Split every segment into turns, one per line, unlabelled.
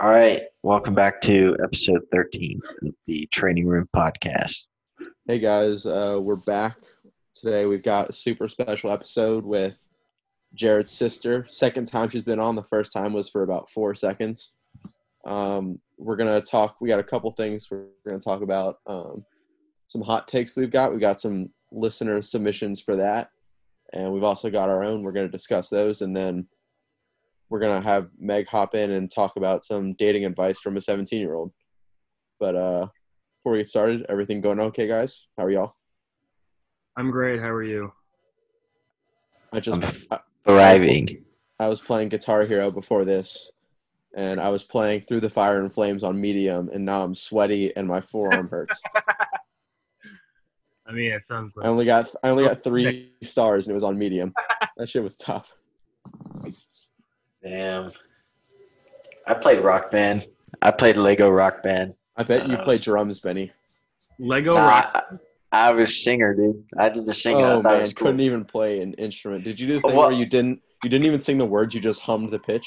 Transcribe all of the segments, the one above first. All right, welcome back to episode 13 of the Training Room Podcast.
Hey guys, uh, we're back today. We've got a super special episode with Jared's sister. Second time she's been on. The first time was for about four seconds. Um, we're gonna talk. We got a couple things we're gonna talk about. Um, some hot takes we've got. We've got some listener submissions for that, and we've also got our own. We're gonna discuss those, and then we're gonna have Meg hop in and talk about some dating advice from a 17 year old. But uh, before we get started, everything going okay, guys? How are y'all?
I'm great. How are you?
I just
I'm-
I,
Thriving.
I was playing Guitar Hero before this, and I was playing Through the Fire and Flames on medium, and now I'm sweaty and my forearm hurts.
I mean, it sounds
I
like
only got I only got three stars, and it was on medium. That shit was tough.
Damn. I played Rock Band. I played Lego Rock Band.
I bet you play drums, Benny.
Lego
Nah,
rock.
I, I was singer, dude. I did the singing. I
Oh
thought it
man,
was cool.
couldn't even play an instrument. Did you do the
Oh,
thing
well-
where you didn't you didn't even sing the words? You just hummed the pitch.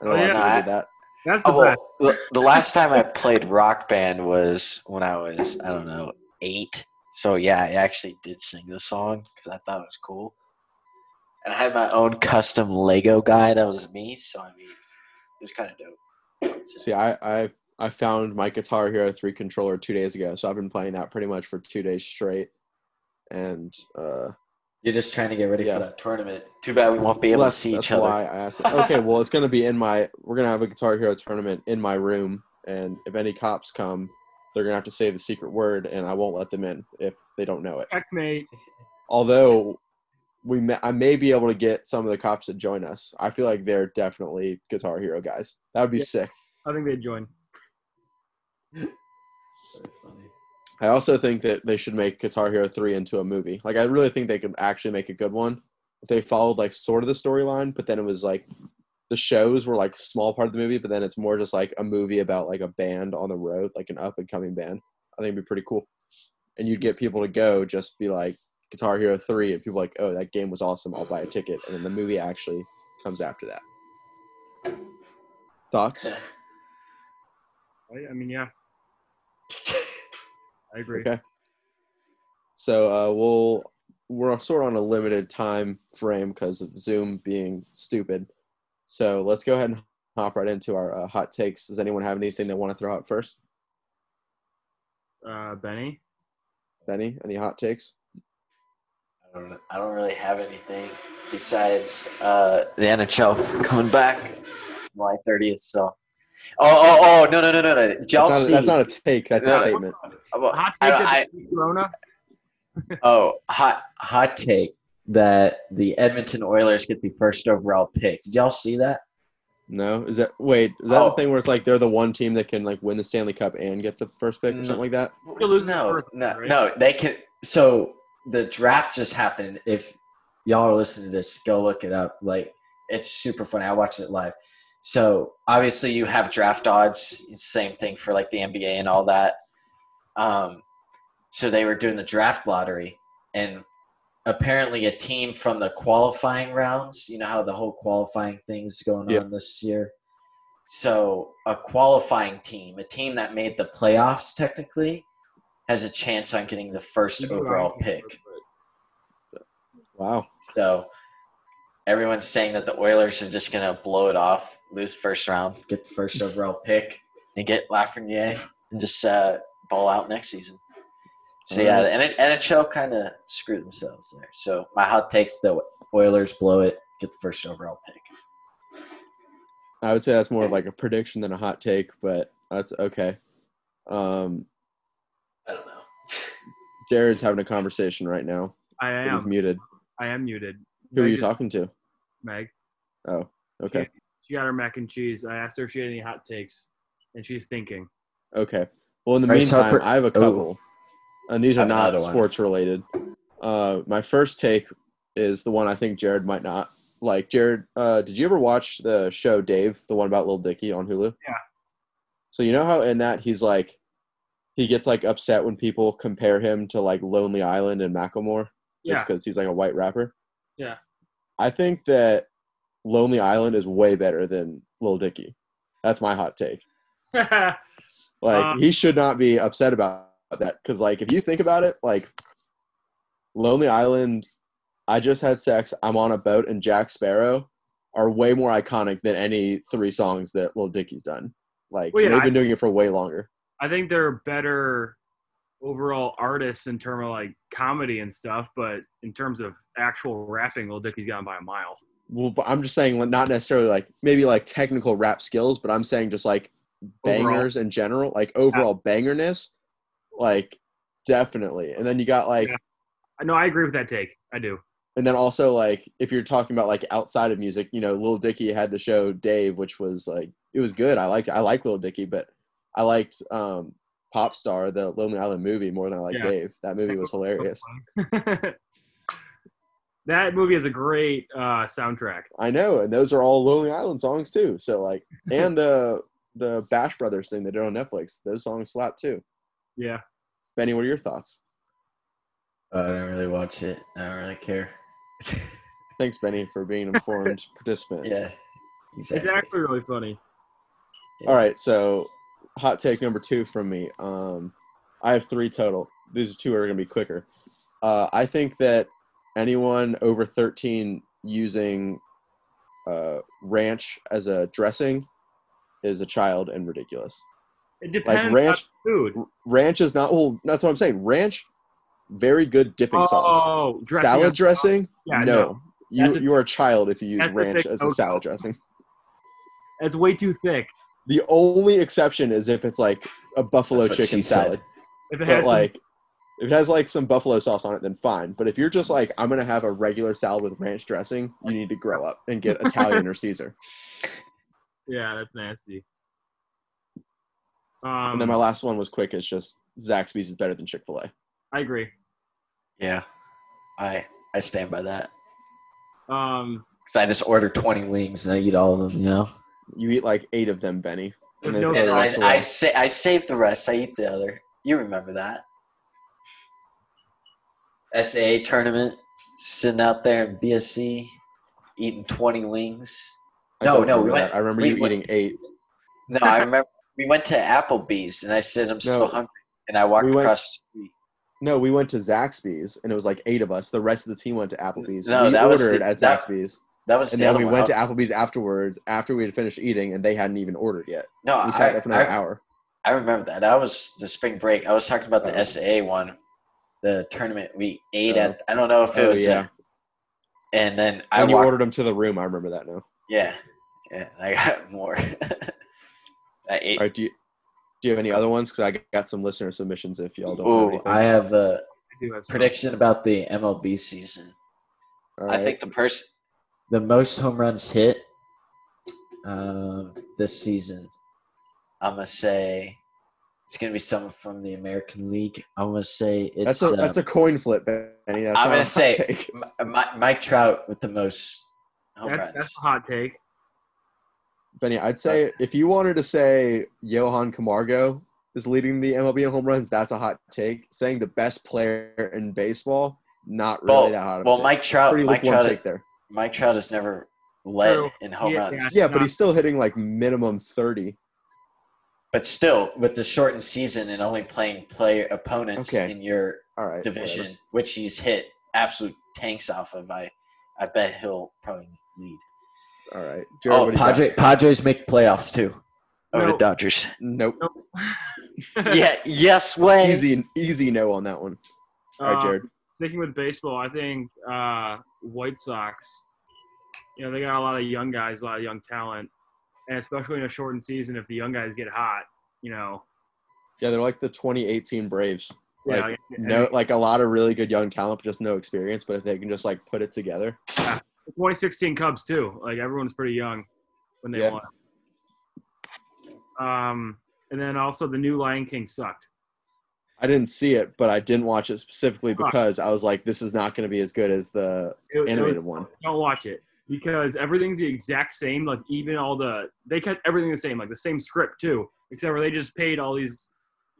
I don't
Oh,
know
yeah.
why I did that.
That's the
Oh,
best.
well, the, the last time I played Rock Band was when I was, I don't know, eight. So yeah, I actually did sing the song because I thought it was cool. And I had my own custom Lego guy that was me. So I mean, it was kind of dope.
See, I, I I found my Guitar Hero 3 controller two days ago, so I've been playing that pretty much for two days straight. And uh,
You're just trying to get ready
Yeah.
for that tournament. Too bad we won't be able
that's,
to see
that's
each other.
why I asked. Okay, well, it's gonna be in my. We're gonna have a Guitar Hero tournament in my room, and if any cops come, they're gonna have to say the secret word, and I won't let them in if they don't know it.
Checkmate.
Although we, may, I may be able to get some of the cops to join us. I feel like they're definitely Guitar Hero guys. That would be
Yeah.
sick.
I think they join.
I also think that they should make Guitar Hero 3 into a movie. Like, I really think they could actually make a good one. If They followed, like, sort of the storyline, but then it was like the shows were, like, small part of the movie, but then it's more just like a movie about, like, a band on the road, like an up and coming band. I think it'd be pretty cool. And you'd get people to go just be like Guitar Hero 3, and people like, oh, that game was awesome. I'll buy a ticket. And then the movie actually comes after that. Thoughts?
Right? I mean, yeah, I agree.
Okay. So uh, we'll we're sort of on a limited time frame because of Zoom being stupid. So let's go ahead and hop right into our uh, hot takes. Does anyone have anything they want to throw out first?
Uh, Benny,
Benny, any hot takes?
I don't, I don't really have anything besides uh, the NHL coming back July 30th. So, oh, oh, oh, no, no, no, no, no. Did y'all
that's,
see?
not, that's not a take. That's
No.
a statement.
Well,
hot
I
take
don't-
of
I-
the Corona.
oh, hot, hot take that the Edmonton Oilers get the first overall pick. Did y'all see that?
No, is that wait? Is that
Oh.
the thing where it's like they're the one team that can like win the Stanley Cup and get the first pick or
No.
something like that?
You're losing
no,
first,
no,
right?
no. They can. So the draft just happened. If y'all are listening to this, go look it up. Like it's super funny. I watched it live. So obviously you have draft odds. It's the same thing for like the NBA and all that. Um, so they were doing the draft lottery, and apparently a team from the qualifying rounds. You know how the whole qualifying thing's going
Yeah.
on this year. So a qualifying team, a team that made the playoffs technically, has a chance on getting the first overall pick.
Wow.
So everyone's saying that the Oilers are just going to blow it off, lose first round, get the first overall pick, and get Lafreniere and just uh, ball out next season. So yeah, the N- NHL kind of screwed themselves there. So my hot takes: the Oilers blow it, get the first overall pick.
I would say that's more of like a prediction than a hot take, but that's okay. Um,
I don't know.
Jared's having a conversation right now.
I
but He's
am.
muted.
I am muted.
Who are
Meg
you
is-
talking to?
Meg.
Oh, okay.
She got her mac and cheese. I asked her if she had any hot takes, and she's thinking.
Okay. Well, in the
Bryce
meantime,
Harper-
I have a couple, and these
oh. I have
are not
another one.
sports related. Uh, my first take is the one I think Jared might not like. Jared, uh, did you ever watch the show Dave, the one about Lil Dicky on Hulu?
Yeah.
So you know how in that he's like, he gets like upset when people compare him to like Lonely Island and Macklemore.
Yeah.
just because he's like a white rapper.
Yeah.
I think that Lonely Island is way better than Lil Dicky. That's my hot take.
yeah,
Like
Um,
he should not be upset about that because like if you think about it, like Lonely Island, I just had sex, I'm on a boat, and Jack Sparrow are way more iconic than any three songs that Lil Dicky's done. Like
Well, yeah,
they've
I-
been doing it for way longer.
I think they're better overall artists in terms of like comedy and stuff, but in terms of actual rapping, Lil Dicky's gone by a mile.
Well, but I'm just saying, like, not necessarily like maybe like technical rap skills, but I'm saying just like
Overall.
bangers in general, like overall bangerness, like definitely. And then you got like
Yeah. No, I agree with that take. I do.
and then also like if you're talking about like outside of music, you know, Lil Dicky had the show Dave, which was like it was good. I liked I like Lil Dicky, but I liked um Pop Star, the Lonely Island movie more than I like
Yeah.
Dave. That movie was hilarious.
that movie has a great uh, soundtrack.
I know, and those are all Lonely Island songs too. So like and the the Bash Brothers thing they did on Netflix, those songs slap too.
Yeah.
Benny, what are your thoughts?
Oh, I don't really watch it. I don't really care.
Thanks, Benny, for being an informed participant.
yeah.
It's actually really funny.
All right, so hot take number two from me. Um, I have three total. These two are going to be quicker. Uh, I think that anyone over 13 using uh, ranch as a dressing is a child and ridiculous.
It
Like
depends
ranch,
on food.
ranch is not. Well, that's what I'm saying. Ranch, very good dipping sauce.
Oh, dressing
Salad
up-
dressing?
Yeah,
no.
no.
You,
That's a-
you are a child if you use
that's a
ranch
big
as a
no-go.
salad dressing.
It's way too thick.
The only exception is if it's like a buffalo
That's what she
chicken
said.
salad.
If it
but
has some-
like if it has like some buffalo sauce on it then fine but if you're just like i'm gonna have a regular salad with ranch dressing you need to grow up and get italian or caesar
yeah, that's nasty.
and
Um,
then my last one was quick it's just zaxby's is better than chick-fil-a
I agree.
Yeah. I I stand by that.
Um,
Because I just order 20 wings and I eat all of them, you know?
you eat like eight of them benny and
With
then
no
throw
And
the
I,
rest away.
I, sa- I save the rest. I eat the other. You remember that. SAA tournament, sitting out there in BSC, eating 20 wings.
I
no,
don't
no, we
remember
went-
that. i remember
we
you
went-
eating eight
No, I remember we went to Applebee's and I said, I'm still
No.
hungry. And I walked
We went-
across the street.
no we went to zaxby's and it was like eight of us the rest of the team went to applebee's
No,
we
that
ordered
was the-
at
that-
zaxby's
That was
and
the
then
other
we
one. Oh,
went to applebee's afterwards after we had finished eating and they hadn't even ordered yet
no,
we sat
I,
there for another
I-
hour
I remember that. That was the spring break. I was talking about the
Oh.
SAA one, the tournament we ate
Oh.
at. I don't know if it
Oh,
was.
yeah.
uh, and then I
and you
walked.
ordered them to the room i remember that now
Yeah, yeah. and I got more. I ate.
All right, do you do you have any other ones? Because I got some listener submissions. If y'all don't. have
Ooh,
anything.
I have a
I do have some.
prediction about the MLB season.
All
I
right.
think the person, the most home runs hit, um, this season. I'm gonna say it's gonna be someone from the American League. I'm gonna say it's.
that's a that's
um,
a coin flip, Benny. That's
I'm
not a
gonna
hot
say-
take.
M- Mi- Mike Trout with the most home
That's,
runs.
that's a hot take.
Benny. I'd say if you wanted to say Johan Camargo is leading the MLB in home runs, that's a hot take. Saying the best player in baseball, not really
Well,
that hot. Of
well,
a take.
Mike Trout.
pretty
Mike
lukewarm
Trout.
take there.
Mike Trout has never led
True.
in home
Yeah,
runs.
Yeah, but
Not-
he's still hitting like minimum thirty.
But still, with the shortened season and only playing player opponents
Okay.
in your
All right. whatever.
division, which he's hit absolute tanks off of, I, I bet he'll probably lead.
All right. Jared,
Oh,
what do you got? Oh,
Padres make playoffs too
over the No.
Dodgers.
Nope.
Nope.
yeah. Yes. Way.
Easy, easy no on that one. All right,
Um,
Jared.
sticking with baseball, I think uh, White Sox. You know, they got a lot of young guys, a lot of young talent, and especially in a shortened season, if the young guys get hot, you know,
Yeah, they're like the 2018 Braves.
you
Like,
know, and
no like a lot of really good young talent but just no experience but if they can just like put it together
the 2016 Cubs too. Like everyone's pretty young when they
Yeah.
won. Um, and then also the new Lion King sucked.
i didn't see it but i didn't watch it specifically
Huh.
because i was like this is not going to be as good as the
It- it was-
animated one
don't watch it because everything's the exact same. Like even all the they kept everything the same, like the same script too, except for they just paid all these,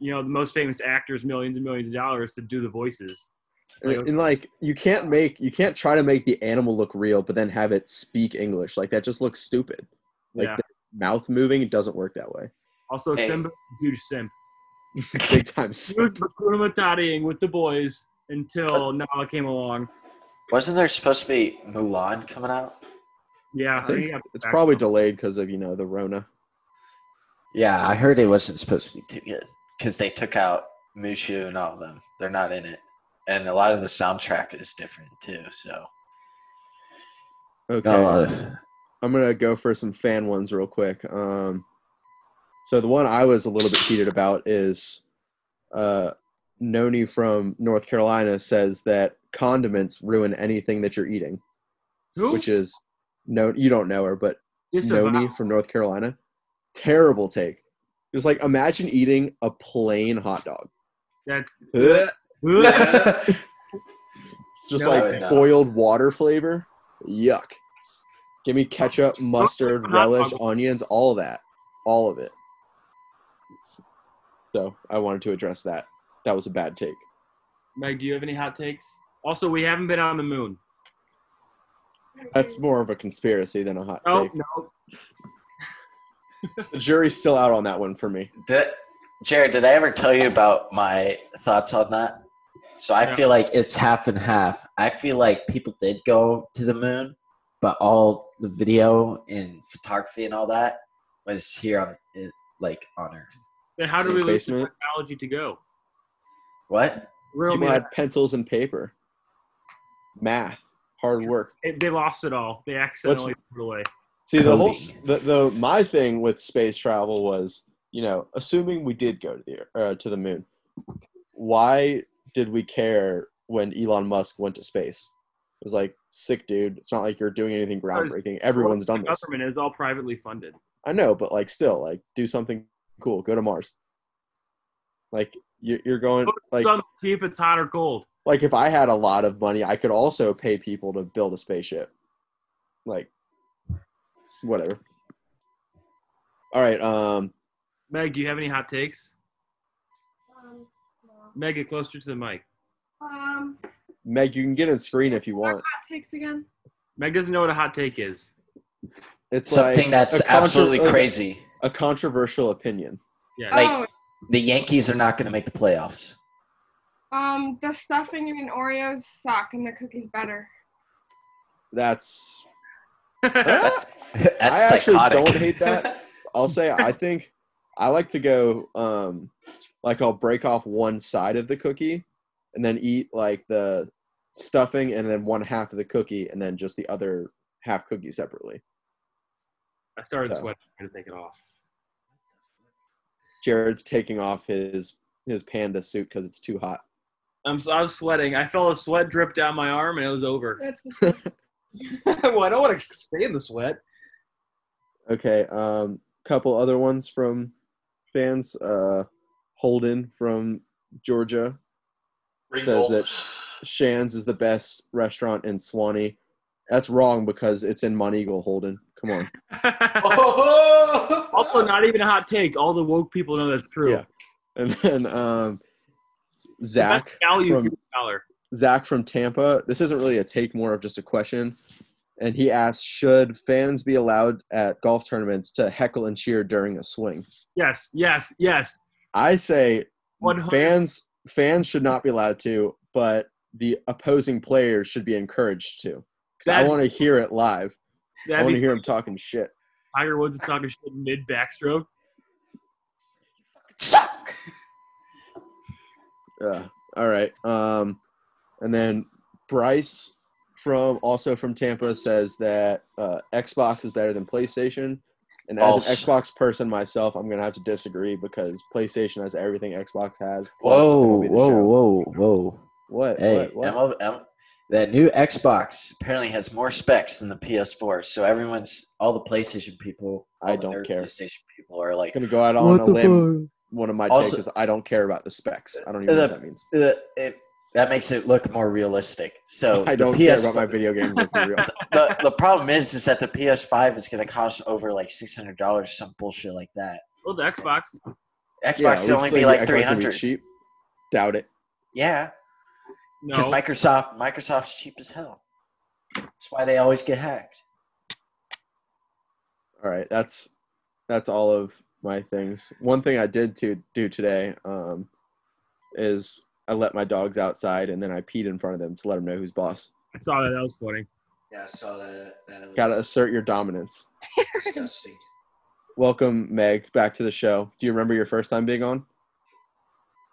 you know, the most famous actors millions and millions of dollars to do the voices. It's like,
and like you can't make you can't try to make the animal look real but then have it speak english like that just looks stupid like
yeah,
mouth moving, it doesn't work that way.
Also,
Hey.
Simba, huge simp.
Big time.
He was Hakuna Matataing with the boys until Nala came along.
Wasn't there supposed to be Mulan coming out?
I
Yeah, I
think
think he got
It's
back
probably
though.
delayed because of you know the Rona.
Yeah, I heard it wasn't supposed to be too good because they took out Mushu and all of them. They're not in it, and a lot of the soundtrack is different too. So
Okay.
not a lot of.
I'm gonna go for some fan ones real quick. Um, so the one I was a little bit heated about is uh, Noni from North Carolina says that condiments ruin anything that you're eating,
Who?
which is no, you don't know her, but
Disavow.
Noni from North Carolina, terrible take. It was like imagine eating a plain hot dog,
That's
Ugh. just
No, I
would
like
not.
boiled water flavor. Yuck. Give me ketchup, mustard,
hot dog.
relish, onions, all of that, all of it. So I wanted to address that. That was a bad take.
Meg. Do you have any hot takes? Also, we haven't been on the moon.
That's more of a conspiracy than a hot
Oh
take.
no,
The jury's still out on that one for me.
Did, Jared, did I ever tell you about my thoughts on that? So I
No.
feel like it's half and half. I feel like people did go to the moon, but all the video and photography and all that was here on it, like on Earth.
then how do
In
we
the
lose the
basement?
technology to go?
What?
Real
People
man,
had pencils and paper, math, hard work.
It- they lost it all. They accidentally threw it away.
See the whole
Coding.
the, the my thing with space travel was you know assuming we did go to the Ear- uh, to the moon, why did we care when Elon Musk went to space? It was like sick dude. It's not like you're doing anything
Because
groundbreaking. Everyone's done
the
this.
Government is all privately funded.
I know, but like still, like do something cool. Go to Mars. Like you- you're going
Go to
like
Some see if it's hot or cold.
like if I had a lot of money, I could also pay people to build a spaceship. Like whatever. All right, um
Meg, do you have any hot takes?
Um, no.
Meg, get closer to the mic.
Um,
Meg, you can get on screen if you
what
want.
hot takes again?
Meg doesn't know what a hot take is.
It's
Something
like
that's
a contro-
absolutely
okay.
crazy.
a controversial opinion.
Yeah.
Like-
oh,
The Yankees are not going to make the playoffs.
um, the stuffing in Oreos suck and the cookies better.
That's
That's, that's
I actually
psychotic.
don't hate that. I'll say I think I like to go um like I'll break off one side of the cookie and then eat like the stuffing and then one half of the cookie and then just the other half cookie separately.
I started
Yeah.
sweating. I'm gonna take it off.
Jared's taking off his his panda suit because it's too hot.
I'm so, I was sweating. I felt a sweat drip down my arm, and it was over.
That's the
well, I don't want to stay in the sweat.
Okay, um, couple other ones from fans. Uh, Holden from Georgia says that Shan's is the best restaurant in Swanee. That's wrong because it's in Monteagle. Holden, come on.
also, not even a hot take. All the woke people know that's true.
Yeah. And then um,
The best
Zach
value
from-
for your dollar.
Zach from Tampa. This isn't really a take, more of just a question. And he asks, should fans be allowed at golf tournaments to heckle and cheer during a swing?
Yes, yes, yes.
I say
100.
fans fans should not be allowed to, but the opposing players should be encouraged to. 'Cause I
That-
want to hear it live. I
That'd
want
be
to hear him talking shit.
Tiger Woods is talking shit mid backstroke.
Suck.
Ugh. all right. Um, and then Bryce from also from Tampa says that uh, Xbox is better than PlayStation. And as an
False.
Xbox person myself, I'm gonna have to disagree because PlayStation has everything Xbox has. plus
Whoa,
MLB The
whoa,
Show.
whoa, whoa.
What?
Hey,
what, what?
ML M- that new Xbox apparently has more specs than the PS4. So everyone's all the PlayStation people. all
I
the
don't
nerd
care.
PlayStation people are like
gonna go out on a limb. One of my
Also-
takes is I don't care about the specs. I don't even
Uh,
know what that means.
"Ugh," it, that makes it look more realistic. So
I don't
the
care
PS
about my video games looking real.
the, the problem is is that the PS5 is going to cost over like six hundred dollars, some bullshit like that.
Well, the Xbox.
Yeah,
Xbox
we
will only
say
be
the
like
Xbox
three
would be
hundred.
Cheap. Doubt it.
Yeah,
No.
because Microsoft Microsoft's cheap as hell. That's why they always get hacked.
All right, that's that's all of my things. One thing I did to do today um, is I let my dogs outside and then I peed in front of them to let them know who's boss.
I saw that. That was funny.
Yeah, I saw that. that was
Gotta assert your dominance.
disgusting.
Welcome, Meg, back to the show. Do you remember your first time being on?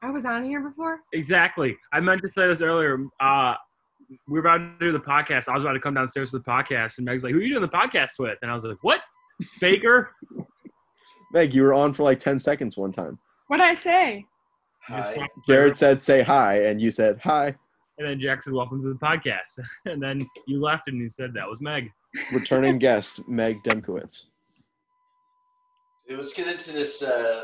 I was on here before.
Exactly. I meant to say this earlier. Uh, we were about to do the podcast. I was about to come downstairs to the podcast, and Meg's like, "Who are you doing the podcast with?" And I was like, "What, Faker?"
Meg, you were on for like 10 seconds one time.
What'd I say?
Hi.
Jared said, say hi, and you said, hi.
and then Jack said, "Welcome to the podcast." And then you left, and you said, "That was Meg."
Returning guest, Meg Demkowitz.
Dude, Let's get into this. Uh,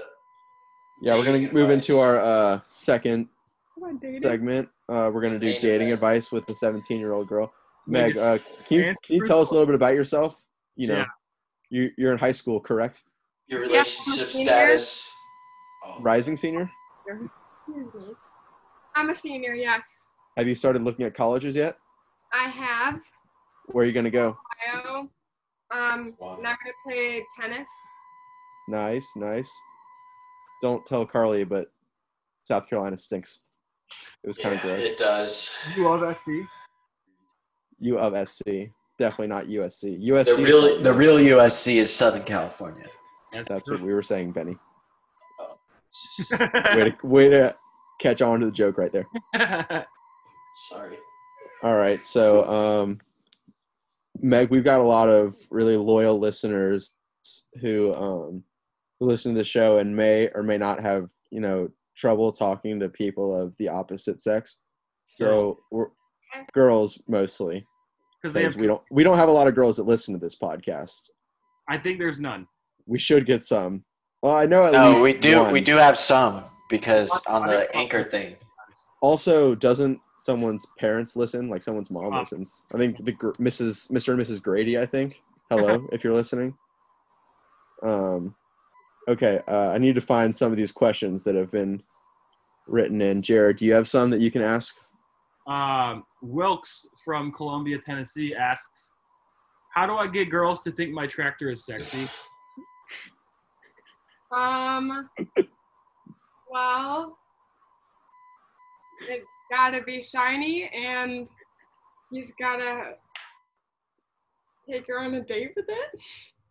Yeah, we're going to
Dating
move
advice.
into our uh, second
Come on, dude.
segment. Uh, we're going to do
Dating
dating
advice.
advice with the 17 year old girl. Meg, uh, can, you,
answer
can you tell us a little bit about yourself? You know,
Yeah.
you, you're in high school, correct?
your
Yeah,
relationship
senior.
status. Oh,
Rising senior?
Excuse me. I'm a senior, yes.
Have you started looking at colleges yet?
I have
Where are you going to go?
bio. Um,
Wow.
and I'm gonna play tennis.
Nice, nice. Don't tell Carly, but South Carolina stinks. It was kind
yeah,
of gross.
It does.
You love
E?
FC.
U of SC, definitely not USC.
The
USC.
real, the real USC is Southern California.
That's,
That's what
true.
we were saying, Benny. Way to, way to catch on to the joke right there.
Sorry.
All right, so um, Meg, we've got a lot of really loyal listeners who um, who listen to the show and may or may not have you know trouble talking to people of the opposite sex. So we're, girls mostly,
Because they
because
have.
we don't we don't have a lot of girls that listen to this podcast.
I think there's none.
We should get some. Well, I know at
No,
least
we do. We
one.
do have some because on the anchor thing.
Also, doesn't someone's parents listen? Like someone's mom
Ah.
listens. I think the gr- Mrs. Mr. and Mrs. Grady. I think. Hello, if you're listening. Um, okay. Uh, I need to find some of these questions that have been written in. Jared, do you have some that you can ask?
Um, Wilkes from Columbia, Tennessee asks, "How do I get girls to think my tractor is sexy?"
Um, well, it's gotta be shiny, and he's gotta take her on a date with it.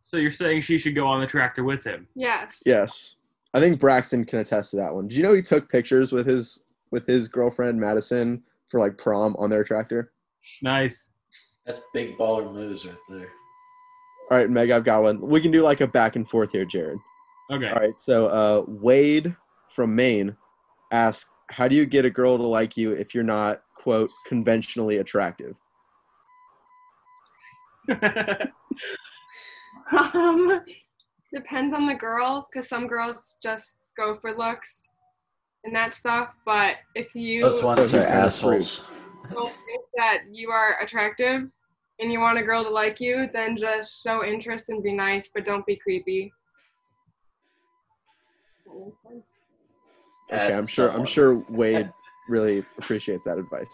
So you're saying she should go on the tractor with him?
Yes.
Yes. I think Braxton can attest to that one. Did you know he took pictures with his with his girlfriend Madison for like prom on their tractor?
Nice.
That's big baller moves right there.
All right, Meg, I've got one. We can do like a back and forth here, Jared.
Okay.
All right, so uh, Wade from Maine asks, "How do you get a girl to like you if you're not quote conventionally attractive?"
Um, depends on the girl, because some girls just go for looks and that stuff. But if you
Those ones
So
are
he's gonna
assholes.
don't think that you are attractive and you want a girl to like you, then just show interest and be nice, but don't be creepy. That makes sense.
Okay, I'm
That's
sure.
someone.
I'm sure Wade really appreciates that advice.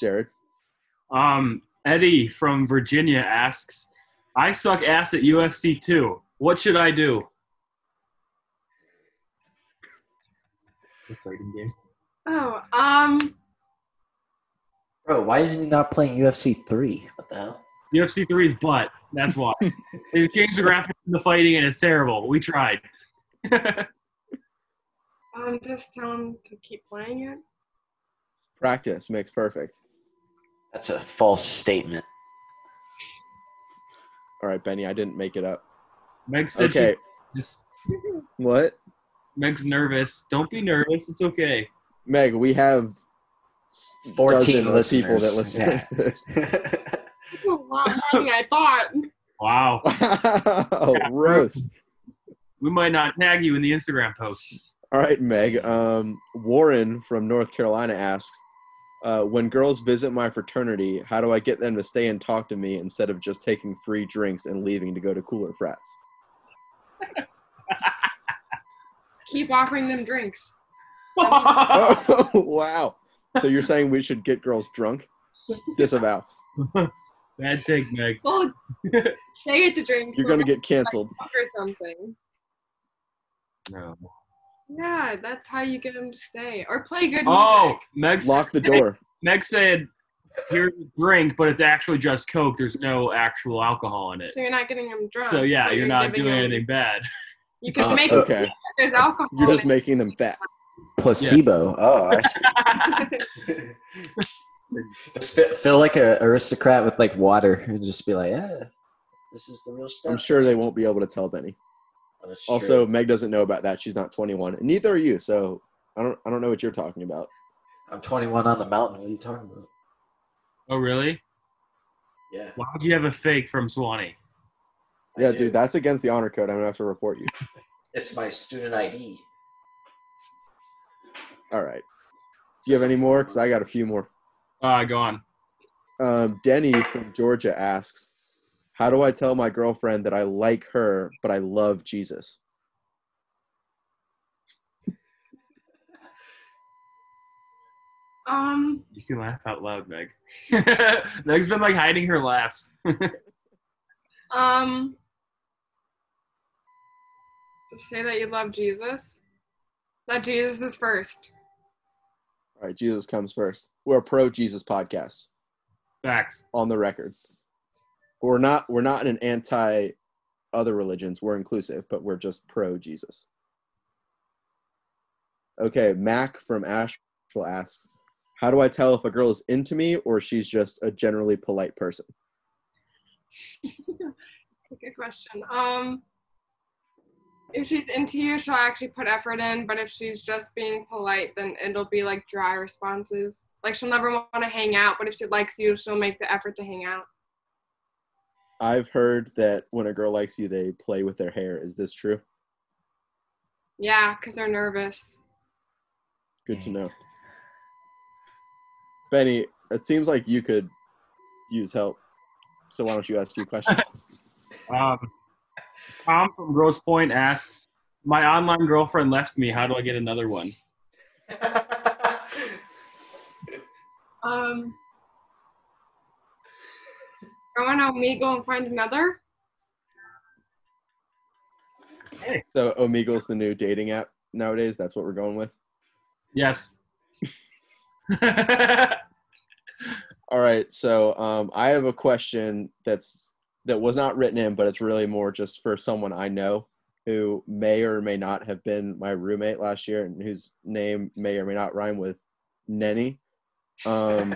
Jared,
Um, Eddie from Virginia asks, "I suck ass at UFC too. What should I do?"
Oh, um,
Bro, why isn't he not playing UFC three? What the hell?
UFC 3's butt. That's why. they changed the graphics in the fighting, and it's terrible. We tried.
um, just tell him to keep playing it.
practice makes perfect.
That's a false statement.
All right, Benny, I didn't make it up.
Meg said she-
Okay,
Yes.
what?
Meg's nervous. Don't be nervous. It's okay.
Meg, we have s-
14
dozens of people that
listeners.
listen
Yeah.
to this.
That's a lot more than I thought.
Wow.
Wow, roast.
We might not tag you in the Instagram post.
All right, Meg. Um, Warren from North Carolina asks, uh, "When girls visit my fraternity, how do I get them to stay and talk to me instead of just taking free drinks and leaving to go to cooler frats?"
Keep offering them drinks.
Oh, wow! So you're saying we should get girls drunk? Disavow.
Bad take, Meg.
Well, say it to drink
You're gonna get canceled.
or something.
No.
Yeah, that's how you get them to stay. Or play good music.
Oh, Meg.
Lock the door.
Meg said, "Here's a drink, but it's actually just Coke. There's no actual alcohol in it.
So you're not getting them drunk.
So yeah,
but
you're, not
giving
doing
them-
anything bad.
You can
Oh,
make
so-
Okay.
there's alcohol.
You're just
in
making them fat.
Placebo. Oh, I see.
it.
just fe- feel like an aristocrat with like water and just be like, yeah, this is the real stuff. Oh,
I'm sure they won't be able to tell Benny.
That's true.
Also, Meg doesn't know about that. She's not 21, and neither are you. So I don't. I don't know what you're talking about.
I'm 21 on the mountain. What are you talking about?
oh really?
Yeah.
Why would you have a fake from Swanee?
I
yeah,
do.
dude, that's against the honor code. I'm gonna have to report you.
It's my student ID.
All right. Do you have any more? Because I got a few more.
Uh, go on.
Um, Denny from Georgia asks, "How do I tell my girlfriend that I like her but I love Jesus?"
um,
You can laugh out loud, Meg. Meg's been like hiding her laughs.
um, say that you love Jesus. That Jesus is first.
All right, Jesus comes first. We're a pro Jesus podcast
Facts.
on the record. We're not. We're not in an anti other religions. We're inclusive, but we're just pro Jesus. Okay, Mac from Asheville asks, "How do I tell if a girl is into me or she's just a generally polite person?"
It's a good question. Um, if she's into you, she'll actually put effort in. But if she's just being polite, then it'll be like dry responses. Like she'll never want to hang out. But if she likes you, she'll make the effort to hang out.
I've heard that when a girl likes you, they play with their hair. Is this true?
Yeah, because they're nervous.
Good to know. Benny, it seems like you could use help. So why don't you ask your questions?
Um, Tom from Gross Point asks, "My online girlfriend left me. How do I get another one?"
Um, I want to me go and find another.
so Omegle's the new dating app nowadays. That's what we're going with.
Yes.
All right. So um, I have a question that's that was not written in, but it's really more just for someone I know who may or may not have been my roommate last year and whose name may or may not rhyme with Nenny. Um,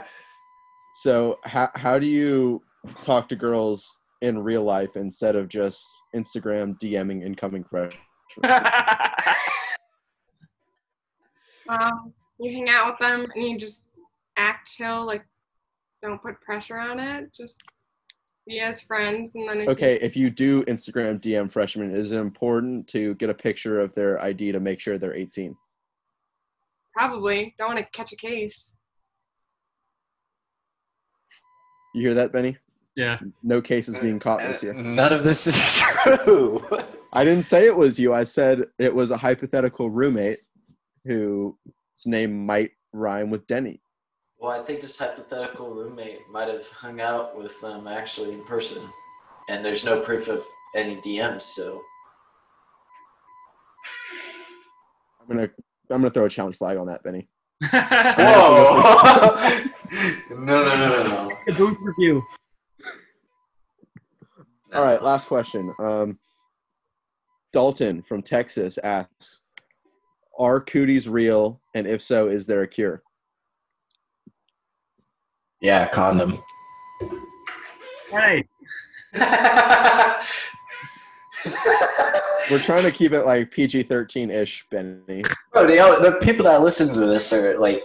so how how do you talk to girls in real life instead of just Instagram DMing incoming fresh?
Um, you hang out with them and you just act chill. Like, don't put pressure on it. Just be as friends, and then if you-
Okay, if you do Instagram DM freshmen, is it important to get a picture of their ID to make sure they're 18?
probably don't want to catch a case.
You hear that, Benny?
yeah.
No cases being caught this year.
None of this is true.
I didn't say it was you. I said it was a hypothetical roommate whose name might rhyme with Denny.
well, I think this hypothetical roommate might have hung out with them actually in person, and there's no proof of any DMs, so
I'm gonna I'm gonna throw a challenge flag on that, Benny.
Whoa! no, no, no, no, no.
The booth review.
All right, last question. Um, Dalton from Texas asks, "Are cooties real? And if so, is there a cure?"
Yeah, condom.
Hey,
We're trying to keep it like PG-13 ish, Benny.
Bro, the, the people that listen to this are like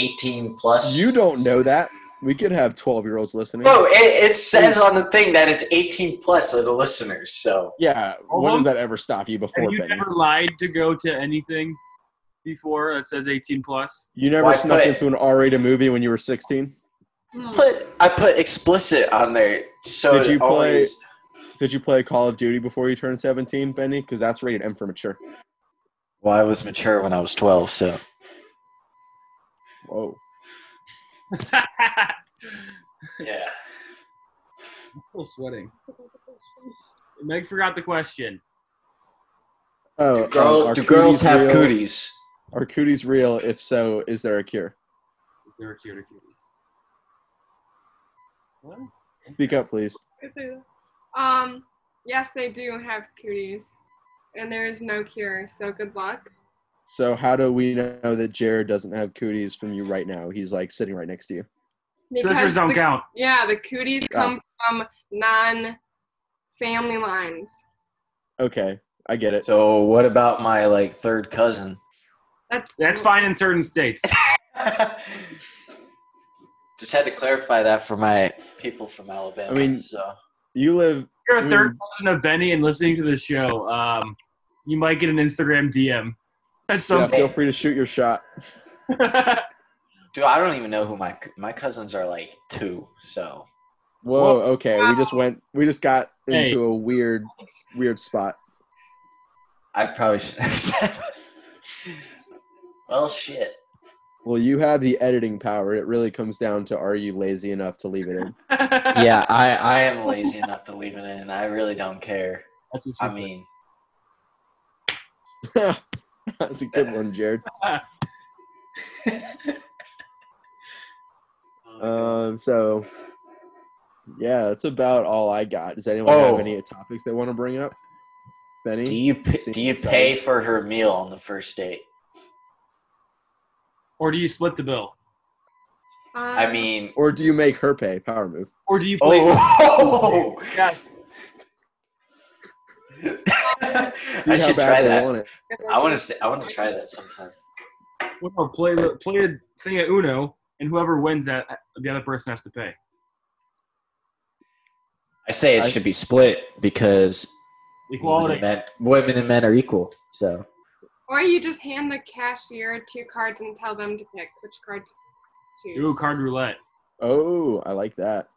18 plus.
You don't know that. We could have 12-year-olds listening.
Bro, it, it says on the thing that it's 18 plus for the listeners, so.
Yeah. When
Almost.
does that ever stop you
have
before,
you
Benny?
never lied to go to anything before that says 18 plus?
You never
Why
snuck
put-
into an R-rated movie when you were 16?
Hmm.
Put, I put explicit on there, so
Did you
it always-
Did you play Call of Duty before you turned 17, Benny? Because that's rated M for mature.
Well, I was mature when I was 12, so.
Whoa.
Yeah.
I'm still sweating. Meg forgot the question.
Oh, um,
Girl,
are
do girls
cooties
have
real?
cooties?
Are cooties real? If so, is there a cure?
Is there a cuter cutie? What?
Speak up, please.
Um, yes, they do have cuties, and there is no cure. So good luck.
So, how do we know that Jared doesn't have cooties from you right now? He's like sitting right next to you.
Sisters don't
the,
count.
Yeah, the cooties come from non-family lines.
Okay, I get it.
So what about my like third cousin?
That's
That's fine in certain states.
Just had to clarify that for my people from Alabama.
I mean-
so
You live.
If you're
Mm.
a third cousin of Benny and listening to the show, um, you might get an Instagram DM at
Yeah,
some
feel free to shoot your shot.
point.
dude, I don't even know who my my cousins are. Like two, so
Whoa. Okay, we just went. We just got
Hey.
into a weird, weird spot.
I probably should have said. well, shit.
Well, you have the editing power. It really comes down to are you lazy enough to leave it in?
Yeah, I I am lazy enough to leave it in. I really don't care.
That's what she
I
said.
mean,
That's a good one, Jared. Um, so yeah, that's about all I got. Does anyone
Oh.
have any topics they want to bring up? Benny?
do you p- do you pay for her meal on the first date?
or do you split the bill?
Um,
I mean,
or do you make her pay? Power move.
Or do you play?
oh.
Yeah,
I
See how
should
bad
try
they
that.
want it.
I want to. I want to try that sometime.
or play play a thing at Uno, and whoever wins that, the other person has to pay.
I say it
I-
should be split because women and,
Equality.
men, women and men are equal. So
Or you just hand the cashier two cards and tell them to pick which card to choose.
Ooh, card roulette.
Oh, I like that.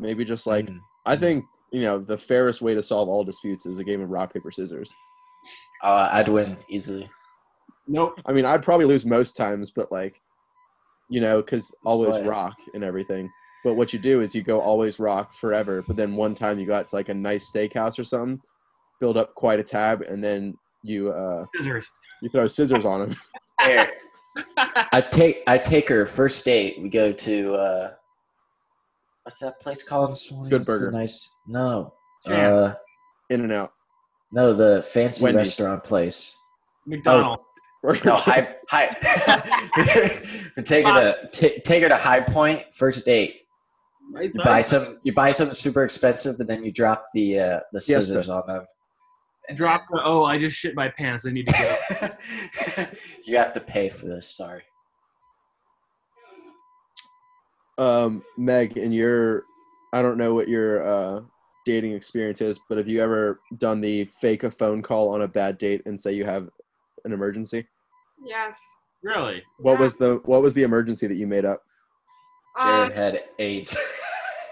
Maybe just like
Mm.
I think, you know, the fairest way to solve all disputes is a game of rock, paper, scissors.
uh, I'd win easily.
Nope.
I mean, I'd probably lose most times, but like, you know, because always
play.
rock and everything. But what you do is you go always rock forever. But then one time you go out to like a nice steakhouse or something, build up quite a tab, and then you uh
Scissors.
you throw scissors on him.
There. I take I take her first date. We go to uh, what's that place called? in Swansea?
Good
It's a
Burger.
Nice. No.
Chance.
Uh,
In and out.
no, the fancy
Wendy's.
restaurant place.
McDonald.
No, high high. We take her to ta- take her to High Point first date.
Right
You
side.
buy some. You buy something super expensive, and then you drop the uh, the
Fiesta.
scissors on them.
Drop the. Oh, I just shit my pants. I need to go.
you have to pay for this. Sorry.
um, Meg, in your, I don't know what your uh, dating experience is, but have you ever done the fake a phone call on a bad date and say you have an emergency?
Yes.
really?
What was the What was the emergency that you made up?
Jared
Um,
had AIDS.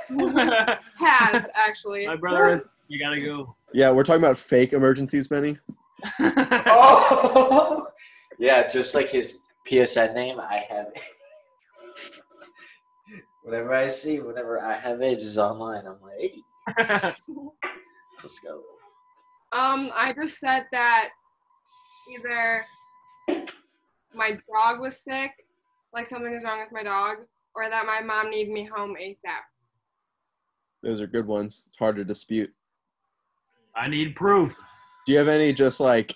My
has actually.
brother is. You gotta go.
Yeah, we're talking about fake emergencies, Benny.
oh, yeah, just like his PSN name, I have. whenever I see, whenever I have AIDS is online, I'm like, hey, let's go.
Um, I just said that either my dog was sick, like something was wrong with my dog, or that my mom needed me home ASAP.
Those are good ones. It's hard to dispute.
I need proof.
Do you have any just like,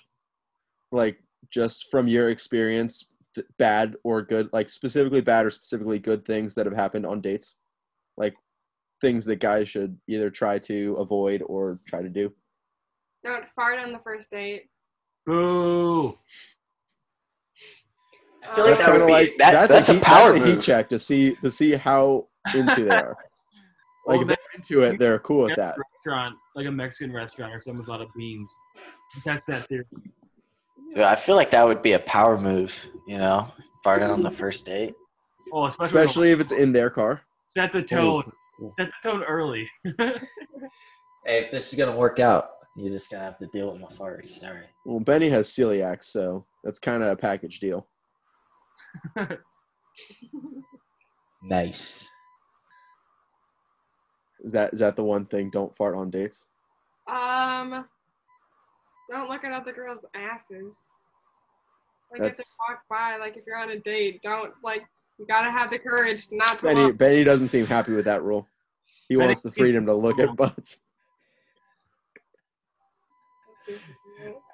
like just from your experience, th- bad or good, like specifically bad or specifically good things that have happened on dates, like things that guys should either try to avoid or try to do?
Don't fart on the first date.
Boo.
I feel like
That's
that would
kinda
be
like-
that, that's, a,
heat,
power
that's a
move.
heat check to see to see how into they are. Like
Well,
if they're into it, they're cool with that.
restaurant, like a Mexican restaurant or something with a lot of beans. That's that theory.
Dude, I feel like that would be a power move. You know, farting on the first date.
Oh, especially,
Especially if it's in their car.
set the tone. Set the tone early.
Hey, if this is gonna work out, you're just gonna have to deal with my farts. Sorry.
Well, Benny has celiac, so that's kind of a package deal.
Nice.
Is that is that the one thing? Don't fart on dates.
Um, don't look at other girls' asses. Like if
That's-
they walk by, like if you're on a date, don't like. You gotta have the courage not to.
Benny
Look.
Benny doesn't seem happy with that rule. He
Benny-
wants the freedom to look at butts.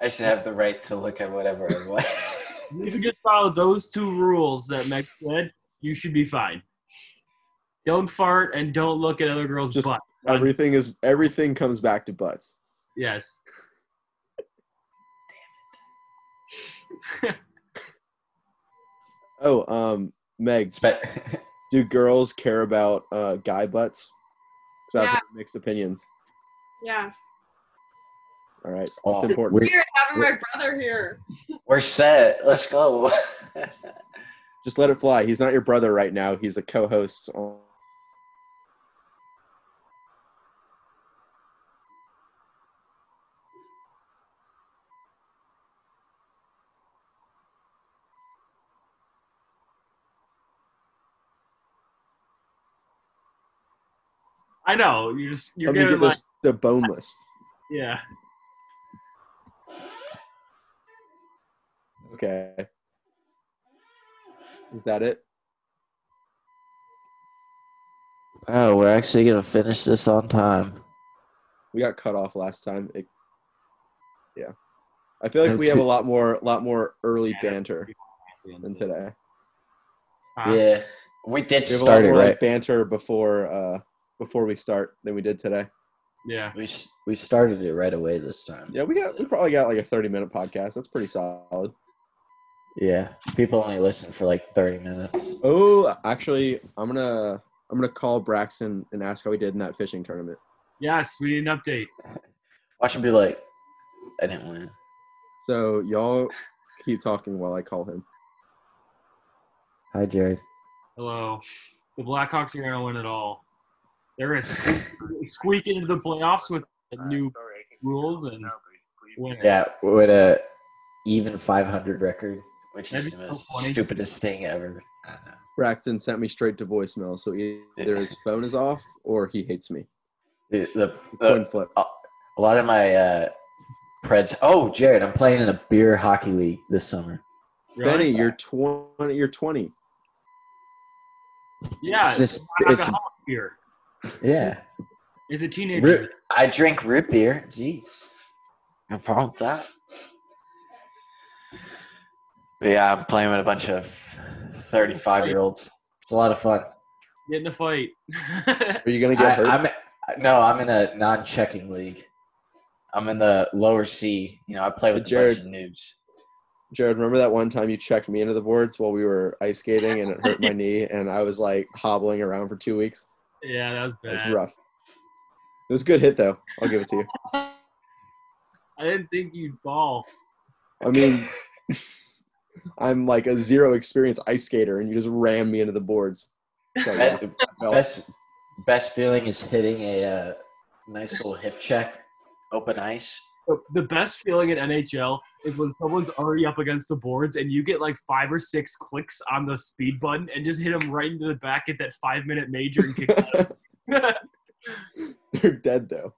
I should have the right to look at whatever I want.
If you just follow those two rules that Meg said, you should be fine. Don't fart and don't look at other girls'
Just-
butt.
Everything is everything comes back to butts.
Yes.
Oh, um, Meg,
Spe-
do girls care about uh, guy butts? Because I
Yeah.
have mixed opinions.
Yes.
All right,
Oh,
it's important.
we-
Weird having my brother here.
We're set. Let's go.
Just let it fly. He's not your brother right now. He's a co-host. on-
I know. You're just you're
Let me
giving
get
like
this to boneless.
yeah.
Okay. Is that it?
oh, we're actually gonna finish this on time.
We got cut off last time. It, yeah, I feel like
I'm
we have
too-
a lot more, lot more early
Yeah.
banter than today.
Huh?
Yeah, we did
We have
start it
a lot more like,
right.
banter before, uh, before we start than we did today.
Yeah.
We s- we started it right away this time.
Yeah, we got, we probably got like a thirty-minute podcast. That's pretty solid.
Yeah, people only listen for like thirty minutes.
Oh, actually, I'm gonna, I'm gonna call Braxton and ask how he did in that fishing tournament.
Yes, we need an update.
Watch him be like, I didn't win.
So y'all keep talking while I call him.
Hi, Jared.
Hello. The Blackhawks are gonna win it all. They're gonna squeak, squeak into the playoffs with the new rules and win it.
Yeah, with a even five hundred record, which is
That'd
the
be
most
so funny.
stupidest thing ever. I don't know.
Braxton sent me straight to voicemail, so either his phone is off or he hates me.
The- the-
Coin
the-
flip.
a lot of my uh, Preds. Oh, Jared, I'm playing in a beer hockey league this summer.
Really?
Benny, you're twenty. You're twenty.
yeah,
It's just it's
alcoholic beer.
yeah.
It's a teenager.
Root, I drink root beer. Jeez, no problem with that. But yeah, I'm playing with a bunch of 35 year olds. It's a lot of fun.
Get in a fight.
Are you gonna
I,
get hurt?
I'm no, I'm in a non-checking league. I'm in the lower C. You know, I play with a
Jared.
bunch of noobs.
Jared, remember that one time you checked me into the boards while we were ice skating and it hurt my knee and I was like hobbling around for two weeks?
yeah, that was
It was
bad.
rough. It was a good hit though. I'll give it to you.
I didn't think you'd ball.
I mean, I'm like a zero experience ice skater and you just rammed me into the boards. So, yeah,
Be-
I felt-
Best best feeling is hitting a uh, nice little hip check, open ice.
The- The best feeling in NHL is when someone's already up against the boards and you get like five or six clicks on the speed button and just hit them right into the back at that five minute major and kick it out.
they're dead though.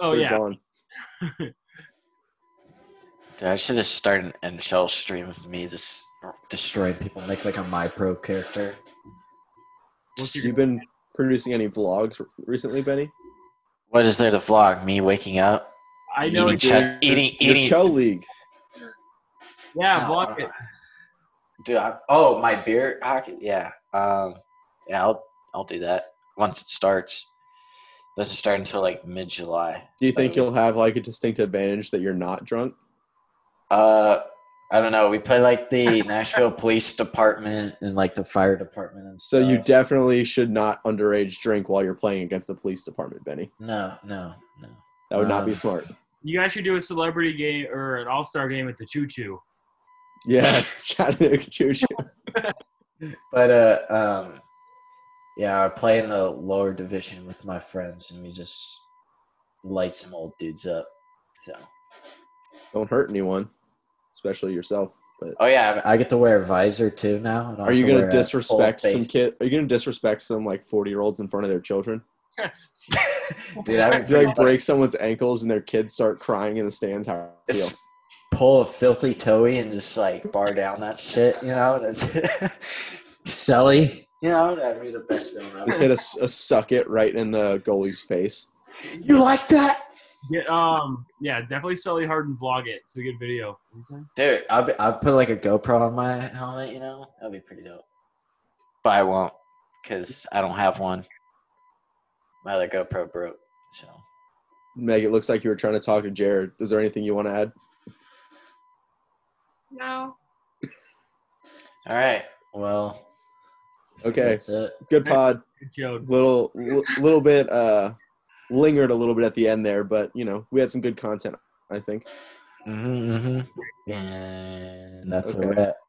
oh,
They're
yeah.
gone.
Dude, I should just start an NHL stream of me just destroying people, make like a my pro character.
What's your-
You've been producing any vlogs recently, Benny?
What is there to vlog? Me waking up,
I know.
eating
it-
chest, eating,
Your
eating.
Chell League.
Yeah,
No,
block it.
Dude, I, oh my beer hockey. Yeah, um, yeah, I'll I'll do that once it starts. Doesn't start until like mid July.
Do you think you'll have like a distinct advantage that you're not drunk?
Uh, I don't know. We play like the Nashville Police Department and like the fire department and
So
stuff.
you definitely should not underage drink while you're playing against the police department, Benny.
no, no, no.
That would not be
Um,
smart.
You guys should do a celebrity game or an all star game at the Choo Choo.
Yes, Chattanooga Choo Choo.
But uh, um, yeah, I play in the lower division with my friends, and we just light some old dudes up. So,
Don't hurt anyone, especially yourself. But
oh yeah, I I get to wear a visor too now. and I
are
have
you
to
gonna
wear a full
disrespect some
face-
kid? Are you gonna disrespect some like forty year olds in front of their children?
Dude, I would
If you like
feel like
break someone's ankles and their kids start crying in the stands, how do you feel?
just pull a filthy toey and just like bar down that shit, you know? That's Sully, you know, that'd be the best film
Just
ever.
hit a, s- a suck it right in the goalie's face.
You like that?
Yeah, um, yeah, definitely Sully Harden vlog it. It's a good video.
Dude, I'll, be, I'll put like a GoPro on my helmet, you know? That'd be pretty dope. But I won't because I don't have one. My other GoPro broke. So,
Meg, it looks like you were trying to talk to Jared. Is there anything you want to add?
No.
all right. Well, I think
Okay.
That's it.
Good pod.
Good joke.
Little li- little bit uh lingered a little bit at the end there, but you know, we had some good content, I think.
Mm-hmm, And that's a
Okay.
wrap.